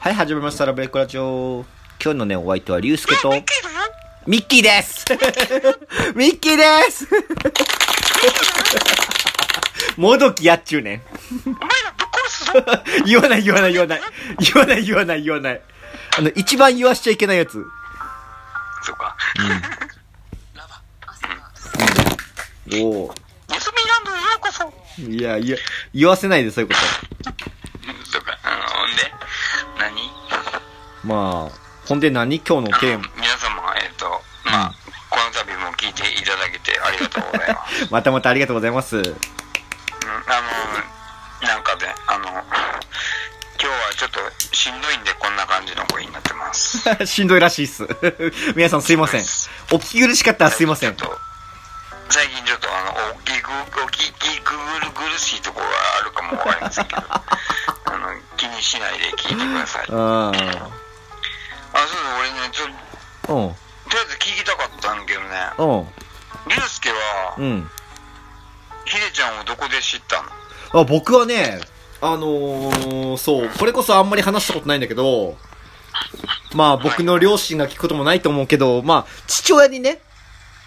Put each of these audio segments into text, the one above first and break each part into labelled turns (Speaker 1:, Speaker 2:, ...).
Speaker 1: はい、始めました。ラブレクラジオ。今日のね、お相手は、リュウスケと、
Speaker 2: だろ
Speaker 1: ミッキーですミッキーですもどきやっちゅうねん。
Speaker 2: お前らぶっ殺すぞ
Speaker 1: 言わない言わない言わない。言わない言わない言わない。あの、一番言わしちゃいけないやつ。
Speaker 2: そうか。
Speaker 1: お お。
Speaker 2: ネズミランドへようこそ。
Speaker 1: いや、いや、言わせないで、そういうこ
Speaker 2: そうか。ほんで、何
Speaker 1: と。まあ、ほんで何今日のテーマ。
Speaker 2: 皆様、えっ、と、まあ、この度も聞いていただけてありがとうござ います。
Speaker 1: またまたありがとうございます。
Speaker 2: うん、あの、なんかで、あの、今日はちょっとしんどいんでこんな感じの声になってます。
Speaker 1: しんどいらしいっす。皆さんすいません。お聞き苦しかったらすいません
Speaker 2: ちょ。っと最近ちょっとあの、おきぐ、おききぐるぐるしいところがあるかもわかりませ んけど、あの、気にしないで聞いてください。
Speaker 1: あ
Speaker 2: あ、そうだ、俺ね、ちょ、
Speaker 1: あ。うん。
Speaker 2: とりあえず聞きたかったんだけどね、
Speaker 1: うん。
Speaker 2: りゅうすけは
Speaker 1: う、ん。
Speaker 2: ひでちゃんをどこで知ったの
Speaker 1: あ、僕はね、あのー、そう、これこそあんまり話したことないんだけど、まあ僕の両親が聞くこともないと思うけど、まあ父親にね、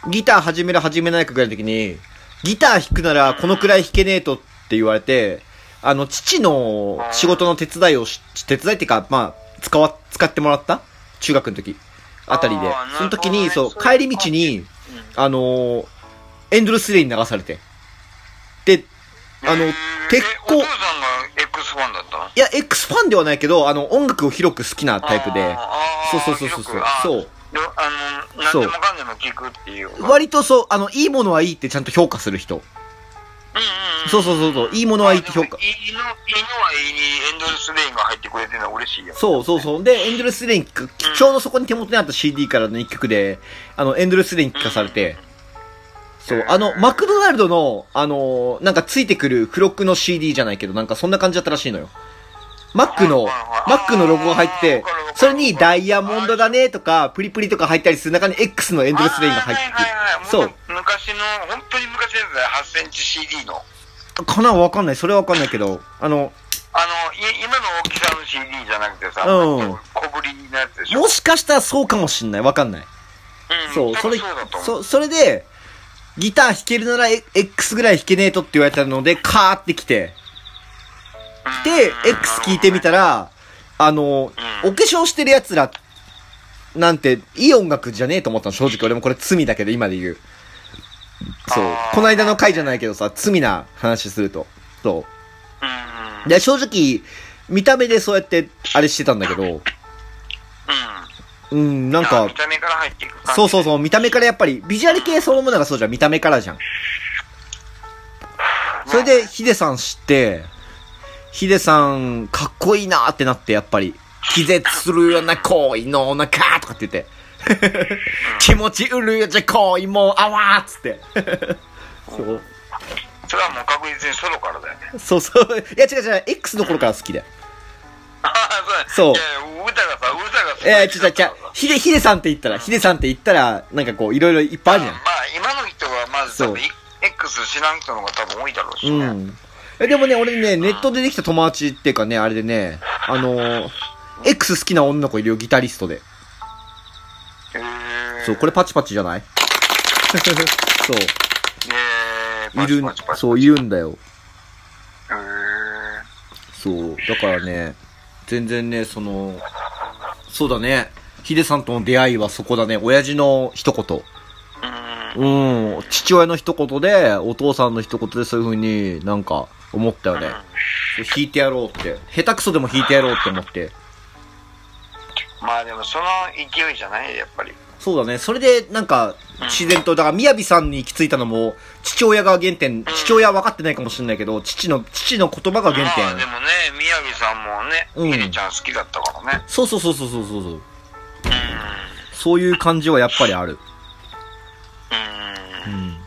Speaker 1: ギター始める始めないかぐらいの時に、ギター弾くならこのくらい弾けねえとって言われて、あの、父の仕事の手伝いをし、手伝いっていうか、まあ、使わ、使ってもらった中学の時、あたりで
Speaker 2: あーなる。ほど
Speaker 1: その時
Speaker 2: ね
Speaker 1: に、そう、
Speaker 2: そういう
Speaker 1: 帰り道に、
Speaker 2: う
Speaker 1: あのー、エンドルスレイに流されて。で、あの
Speaker 2: えー、
Speaker 1: 鉄
Speaker 2: えお
Speaker 1: 鋼
Speaker 2: 父、さんが X ファンだったの
Speaker 1: いや、X ファンではないけど、あの、音楽を広く好きなタイプで。
Speaker 2: あ
Speaker 1: そう
Speaker 2: ー
Speaker 1: そうそうそうそう。
Speaker 2: あー
Speaker 1: そ
Speaker 2: よ
Speaker 1: う。
Speaker 2: くあーよあの、何
Speaker 1: そう
Speaker 2: でもかんでも聞くっていう。うんうんうん。
Speaker 1: 割とそう、あの、いいものはいいってちゃんと評価する人。そうそうそうそう、いいものはいいって評価
Speaker 2: あ。でもいいの、いいのはいいにエンドレスレインが入ってくれてるのは嬉しいよ。
Speaker 1: そうそうそう。で、エンドレスレイン、ちょうどそこに手元にあった CD からの一曲で、あの、エンドレスレイン聞かされて、そう、あの、マクドナルドの、あのーなんかついてくる付録の CD じゃないけど、なんかそんな感じだったらしいのよ。マックの、
Speaker 2: は
Speaker 1: マ
Speaker 2: いはいはい
Speaker 1: ックのロゴが入ってて
Speaker 2: あーわかるわかる、
Speaker 1: それにダイヤモンドだねとか、プリプリとか入ったりする中に X のエ
Speaker 2: エ
Speaker 1: ンドレスレインが入って
Speaker 2: はいはいはい。
Speaker 1: る。そう。
Speaker 2: も昔の、本当に昔のやつだよ、8センチ CD の。
Speaker 1: かなわかんない。それはわかんないけど、あの、
Speaker 2: あの、い今の大きさの CD じゃなくてさ、
Speaker 1: うん
Speaker 2: 小ぶりのやつでしょ。
Speaker 1: もしかしたらそうかもしんない。わかんない。
Speaker 2: うん、
Speaker 1: そう、
Speaker 2: 多
Speaker 1: それ
Speaker 2: 分そうだと、思
Speaker 1: そ、
Speaker 2: う。
Speaker 1: それで、ギター弾けるなら、え X ぐらい弾けねえとって言われたので、カーって来て、で、X 聞いてみたら、あの、
Speaker 2: うん
Speaker 1: お化粧してる奴ら、なんて、いい音楽じゃねえと思ったの、正直。俺もこれ罪だけど、今で言う。そう
Speaker 2: あ。ー
Speaker 1: この間の回じゃないけどさ、罪な話すると。そ
Speaker 2: うん
Speaker 1: う。で、正直、見た目でそうやって、あれしてたんだけど、
Speaker 2: う。
Speaker 1: うん、なんん
Speaker 2: あ
Speaker 1: か
Speaker 2: 見、た目から入っていく感じ。
Speaker 1: そうそうそう、見た目からやっぱり、ビジュアル系そのものがそうじゃん、見た目からじゃん。それで、ヒデさん知って、ヒデさん、かっこいいなーってなって、やっぱり、気絶するような恋の中とかって言って、気持ちうるよじゃ恋もうあわーっつって。そう
Speaker 2: それはもう確実にソロからだよね。
Speaker 1: そうそう。いや違う違う、X の頃から好きだよ。
Speaker 2: ああ、
Speaker 1: そう
Speaker 2: だいやいや歌がさ、歌が
Speaker 1: い
Speaker 2: さ。
Speaker 1: や、違う違う違う、ヒデ、ヒデさんって言ったら、ヒデさんって言ったら、なんかこう、いろいろいっぱいあるじゃん
Speaker 2: ま。あ、今の人はまず
Speaker 1: そう
Speaker 2: 多分、い X 知らん人の方が多分多いだろうし
Speaker 1: う
Speaker 2: ね。
Speaker 1: ん。え、でもね、俺ね、ネットでできた友達っていうかね、あれでね、あのー、X 好きな女の子いるよ、ギタリストで。
Speaker 2: へー
Speaker 1: そう、これパチパチじゃないそ
Speaker 2: えー
Speaker 1: う、いるん
Speaker 2: パチパチパ、チ
Speaker 1: そう、いるんだよ。
Speaker 2: へ
Speaker 1: そ
Speaker 2: ー
Speaker 1: う、だからね、全然ね、その、そうだね、ヒデさんとの出会いはそこだね、親父の一言。
Speaker 2: うん。
Speaker 1: うん、父親の一言で、お父さんの一言でそういう風になんか思ったよね。そう弾いてやろうって。下手くそでも弾いてやろうって思って。
Speaker 2: まあでも、その勢いじゃないやっぱり。
Speaker 1: そうだね。それで、なんか、自然と、だから、みやびさんに行き着いたのも、父親が原点、父親は分かってないかもしれないけど、父の、父の言葉が原
Speaker 2: まあで
Speaker 1: 点。
Speaker 2: もね、宮城さんもね、
Speaker 1: うん
Speaker 2: ひでちゃん好きだったからね。
Speaker 1: そうそうそうそうそうそうそう。
Speaker 2: うん。
Speaker 1: そういう感じはやっぱりある。
Speaker 2: う。
Speaker 1: うんん。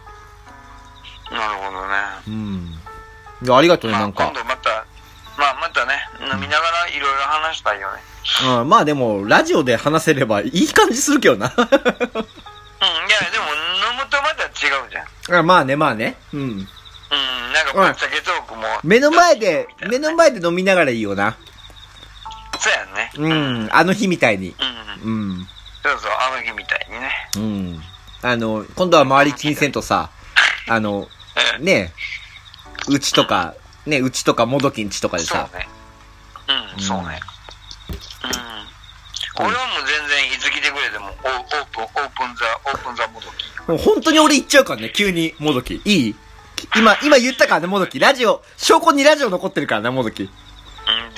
Speaker 2: なるほどね。
Speaker 1: うん。いやありがとうね、
Speaker 2: ま
Speaker 1: な
Speaker 2: あ、
Speaker 1: ん
Speaker 2: 今
Speaker 1: か。
Speaker 2: 度また、まあまたね、飲みながらいろいろ話したいよね。
Speaker 1: うん、まあでも、ラジオで話せればいい感じするけどな。
Speaker 2: うん、いや、でも飲むとまた違うじゃん。
Speaker 1: あまあね、まあね。うん。
Speaker 2: うん、なんかぶっちゃけトークも。
Speaker 1: 目の前で
Speaker 2: みたい、な
Speaker 1: 目の前で飲みながらいいよな。
Speaker 2: そうやんね。ね。
Speaker 1: うん、あの日みたいに。
Speaker 2: うん。
Speaker 1: うん。
Speaker 2: そうそう、あの日みたいにね。
Speaker 1: うん。あの、今度は周り気にせんとさ、あの、
Speaker 2: うん。
Speaker 1: ねえ、うちとか、ねうちとかもどきんちとかで
Speaker 2: そう
Speaker 1: さ、
Speaker 2: ね。うん、そうね。うん。俺はもう全然、いつ来てくれても、オーオープン、オープンザ、オープンザもどき。
Speaker 1: もう本当に俺言っちゃうからね、急に、もどき。いいき今、今言ったからね、もどき。ラジオ、証拠にラジオ残ってるからね、もどき。い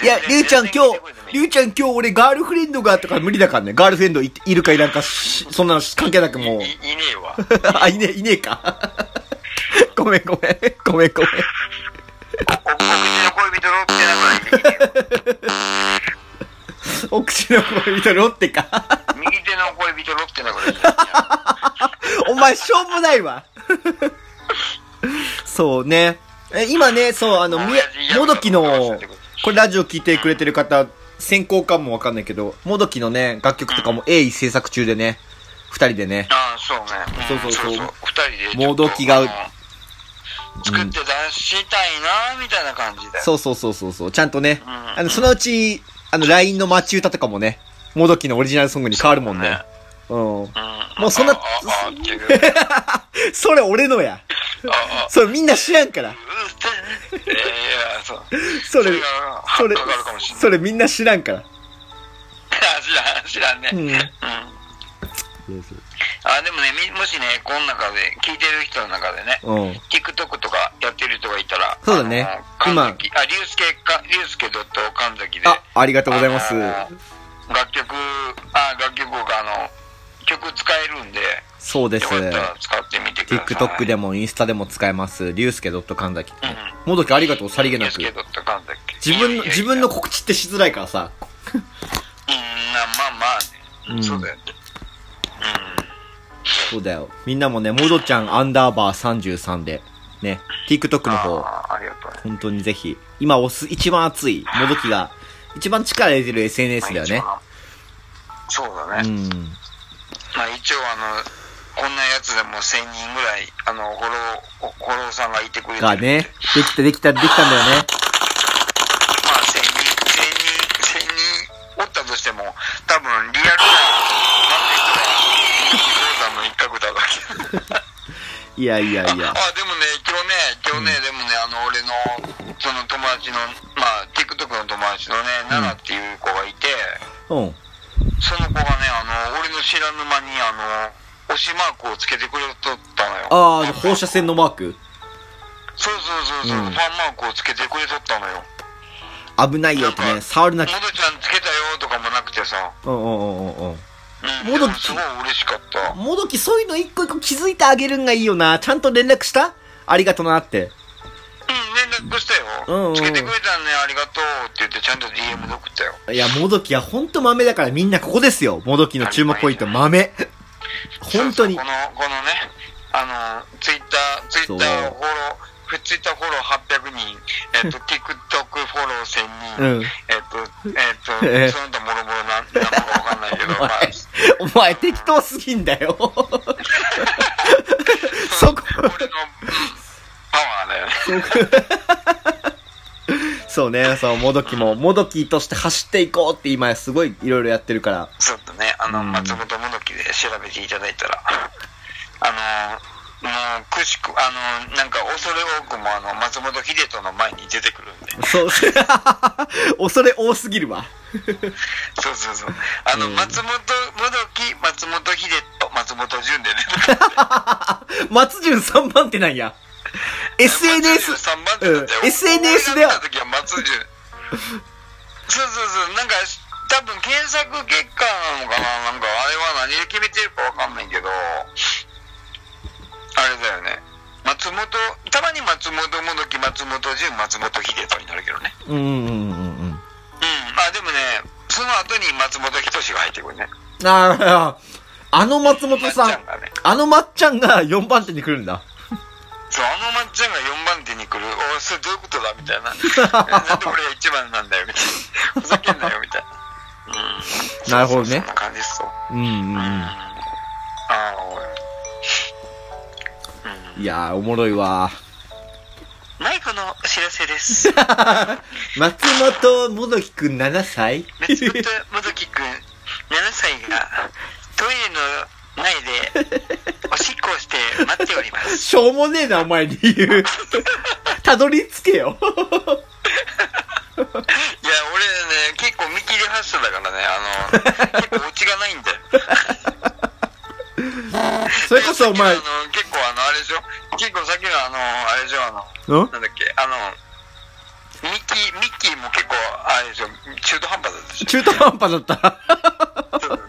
Speaker 2: うん
Speaker 1: や、
Speaker 2: 全然
Speaker 1: りゅうちゃん
Speaker 2: 全
Speaker 1: 今
Speaker 2: 然来
Speaker 1: 日
Speaker 2: てくれても、いい
Speaker 1: りゅうちゃん今日俺ガールフレンドがとか無理だからね、ガールフレンドいいるかいらんかし、そんなの関係なくもう
Speaker 2: い。いいねえわ。
Speaker 1: あ、いねえ、いねえか。ごめんごめん、ごめんごめん。
Speaker 2: おお口の恋人ロッテなぐらい
Speaker 1: お口の恋人ロッテか。
Speaker 2: 右手の恋人ロッテなぐらい
Speaker 1: お前、しょうもない わ。そうね。え、今ね、そう、あの、みやもどきの、これラジオ聞いてくれてる方、先行かもわかんないけど、もどきのね、楽曲とかも鋭意制作中でね、二人でね。
Speaker 2: ああそうね
Speaker 1: そうそうそう
Speaker 2: 二人で
Speaker 1: もどきが
Speaker 2: ちょっとあの作って出したいなみたいな感じで
Speaker 1: そうそうそうそうそう、ちゃんとね、
Speaker 2: うん
Speaker 1: あの、そのうち、あの、LINE の待ち歌とかもね、もどきのオリジナルソングに変わるもんね。うん。
Speaker 2: うん
Speaker 1: もうそんな
Speaker 2: あああっていう
Speaker 1: それ俺のや。
Speaker 2: ああ
Speaker 1: それみんな知らんから。
Speaker 2: うっていやいやそう
Speaker 1: それ
Speaker 2: それが、
Speaker 1: それ
Speaker 2: かかるかもしれ、ない
Speaker 1: それみんな知らんから。
Speaker 2: 知らん知らんね
Speaker 1: う
Speaker 2: うんんあでもねみもしねこの中で聞いてる人の中でね
Speaker 1: うん。
Speaker 2: TikTok とかやってる人がいたら、
Speaker 1: そうだね
Speaker 2: あの
Speaker 1: 今
Speaker 2: 神崎あ、りゅうすけか、りゅうすけドット神崎で。
Speaker 1: あ、ありがとうございます
Speaker 2: あ。の楽曲、あ、楽曲が、あの、曲使えるんで、
Speaker 1: そうです
Speaker 2: よ。かったら使ってみてください。
Speaker 1: TikTok でもインスタでも使えます。りゅうすけ.神崎。
Speaker 2: うん
Speaker 1: もどきありがとう、さりげ
Speaker 2: りゅ
Speaker 1: な
Speaker 2: うす
Speaker 1: く。
Speaker 2: けドット神崎。
Speaker 1: 自分の、
Speaker 2: いやいやいや
Speaker 1: 自分の。告知ってしづらいからさ。
Speaker 2: うん、まあまあね。
Speaker 1: うん
Speaker 2: そうだよね。
Speaker 1: そうだよ。みんなもね、もどちゃんアンダーバー33で、ね、TikTok の方、
Speaker 2: あーありがとうね。
Speaker 1: 本当にぜひ、今おす、一番熱い、もどきが、一番力入れてる SNS だよね
Speaker 2: ま。あ。一番そうだね。
Speaker 1: うん。
Speaker 2: まあ一応あのこんなやつでも1000人ぐらいあのフォローフォローさんがいてくれてる
Speaker 1: がね、できた、できた、できたんだよね。
Speaker 2: まあ1000人1000人1000人おったとしても多分リアルななんて人はフォローさんの一角だだけ
Speaker 1: いやいやいや。
Speaker 2: あでもね今日ね今日ね、でもねあの俺のその友達のまあ TikTok の友達のね
Speaker 1: うん
Speaker 2: ナナっていう子がいて、
Speaker 1: うん。
Speaker 2: その子がねあの俺の知らぬ間にあの推しマークをつけてくれとったのよ
Speaker 1: ああ、放射線のマーク
Speaker 2: そうそうそうそう、
Speaker 1: うん
Speaker 2: ファンマークをつけてくれとったのよ。
Speaker 1: 危ないよってね、触る
Speaker 2: も
Speaker 1: な
Speaker 2: どちゃんつけたよとかもなくてさ、
Speaker 1: うんうんうんうんうん。
Speaker 2: うん、
Speaker 1: もど
Speaker 2: でもすごい嬉しかった。
Speaker 1: もどきそういうの一個一個気づいてあげるんがいいよな。ちゃんと連絡したありがとなって。
Speaker 2: うん、連絡したよ、
Speaker 1: うんうん
Speaker 2: つけてくれたね、ありがとうって言って、ちゃんと DM で送ったよ。
Speaker 1: いや、もどきはほんと豆だからみんなここですよ。もどきの注目ポイント、豆。本当に
Speaker 2: そう。そうこの、このね、あの、ツイッター、ツイッターフォロー、ツイッターフォロー800人、え っと、TikTok フォロー1000人、
Speaker 1: うん。
Speaker 2: えっと、
Speaker 1: え
Speaker 2: えっと、
Speaker 1: え
Speaker 2: その他もろもろなん、なんかわかんないけど、まあ、
Speaker 1: お前、お前適当すぎんだよ。そこ、
Speaker 2: 俺の、うんパワーだよね。
Speaker 1: そうね、そう、もどきも、もどきとして走っていこうって今すごいいろいろやってるから。
Speaker 2: ちょっとね、あの、
Speaker 1: うん
Speaker 2: 松本もどきで調べていただいたら、あの、もう、くしく、あの、なんか、恐れ多くも、あの、松本秀人の前に出てくるんで、
Speaker 1: そう、 恐れ多すぎるわ。
Speaker 2: そうそうそう。あの、
Speaker 1: うん
Speaker 2: 松本もどき、松本秀人、松本潤でね、
Speaker 1: 松潤3番手なんや。SNS、
Speaker 2: 3番手だったよ。
Speaker 1: うん SNS では
Speaker 2: 俺が見た時は松潤。そうそうそう、なんか、多分検索結果なのかな、なんか、あれは何で決めてるかわかんないけど、あれだよね。松本、たまに松本もどき、松本潤、松本秀人になるけどね。
Speaker 1: うんうんうんうん。
Speaker 2: うん、あ、でもね、その後に松本人志が入ってくるね。
Speaker 1: ああ、あの松本
Speaker 2: まっ
Speaker 1: さ
Speaker 2: ちゃん
Speaker 1: ん、
Speaker 2: がね。
Speaker 1: あのまっちゃんが4番手に来るんだ。
Speaker 2: そう、あのまっちゃんが4番手に来る、おいそれどういうことだみたい な。なんで俺が1番なんだよ、みたいな。ふざけんなよ、みたいな。うん。
Speaker 1: なるほどね
Speaker 2: そうそうそんな感じっすよ。
Speaker 1: うんうんう
Speaker 2: うん。
Speaker 1: ん。
Speaker 2: ああ、おい。うん
Speaker 1: いやー、おもろいわ。
Speaker 2: マイクの知ら せです。
Speaker 1: 松本もどきくん7歳
Speaker 2: 松本もどきくん、7歳が、トイレの前で、おしっこをして待ってお ります。
Speaker 1: しょうもねえな、お前理由。たどり着けよ。
Speaker 2: いや、俺ね、結構見切り発車だからね、あの、結構オチがないんだよ。
Speaker 1: それこそお前
Speaker 2: あ、の、結構あの、あれでしょ結構さっきのあの、あれでしょあの、
Speaker 1: ん
Speaker 2: なんだっけ、あの、ミッキー、ミッキーも結構、あれでしょ中途半端だっ たでしょ
Speaker 1: 中途半端だった。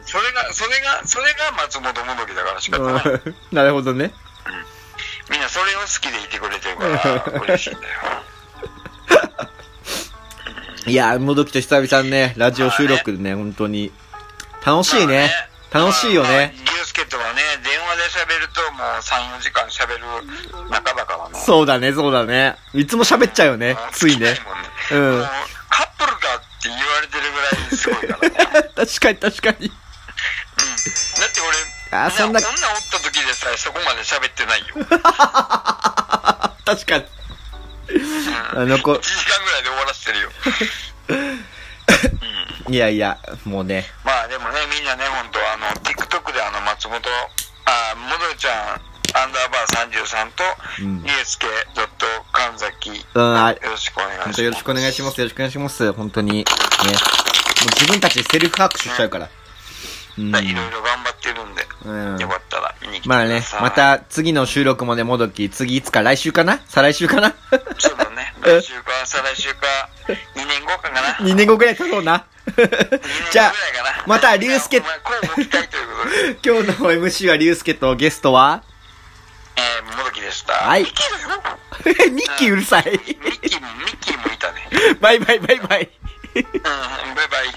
Speaker 2: それが、それが、それが松本もどきだから仕方ない。
Speaker 1: うんなるほどね。
Speaker 2: みんなそれを好きでいてくれてるから、嬉しいんだよ。
Speaker 1: いやー、もどきと久々にね、ラジオ収録でね、本当に。楽しいね。楽しいよね。
Speaker 2: まあ。まあユースケとはね、電話で喋るともう3、4時間喋る仲だからね。
Speaker 1: そうだね、そうだね。いつも喋っちゃうよね
Speaker 2: もう。
Speaker 1: ついね
Speaker 2: 尽き。なもんね
Speaker 1: うん
Speaker 2: もうカップルかって言われてるぐらいすごいからね。
Speaker 1: 確かに確かに。
Speaker 2: うんだって俺、
Speaker 1: あーそんな
Speaker 2: 女おった時でさえそこまで喋ってないよ。
Speaker 1: 確かに。あ
Speaker 2: うん、1
Speaker 1: の子、
Speaker 2: 時間ぐらいで終わらせてるよ。うん
Speaker 1: いやいや、もうね。
Speaker 2: まあでもね、みんなね、本当あの、TikTok であの、松本、あー、もどりちゃん、アンダーバー33と、
Speaker 1: うん
Speaker 2: ゆうすけ、ドット、神崎、よ
Speaker 1: うん、あ
Speaker 2: ろしくお願いします。
Speaker 1: 本当よろしくお願いします。よろしくお願いします。本当に。ね。もう自分たちでセルフ拍手しちゃうから。うん。
Speaker 2: いろいろ頑張ってるんで、
Speaker 1: うん
Speaker 2: よかったら見に来てくだ
Speaker 1: ま
Speaker 2: さ
Speaker 1: あ
Speaker 2: い。
Speaker 1: ね、また次の収録もね、もどき、次いつか来週かな再来週かな
Speaker 2: そうだね。来週か、 再来週か、2年後かかな。
Speaker 1: ?2 年後くらいかそうな。 じゃあ、また龍介
Speaker 2: まあ、声も期待ということ で、
Speaker 1: 今日の MC は龍介とゲストは
Speaker 2: えー、もどきでした。
Speaker 1: はい
Speaker 2: ミッキーだよ
Speaker 1: ミッキーうるさい。
Speaker 2: ミッキーも、ミッキーもいたね。
Speaker 1: バイバイバイバイ。
Speaker 2: うん、バイバイ。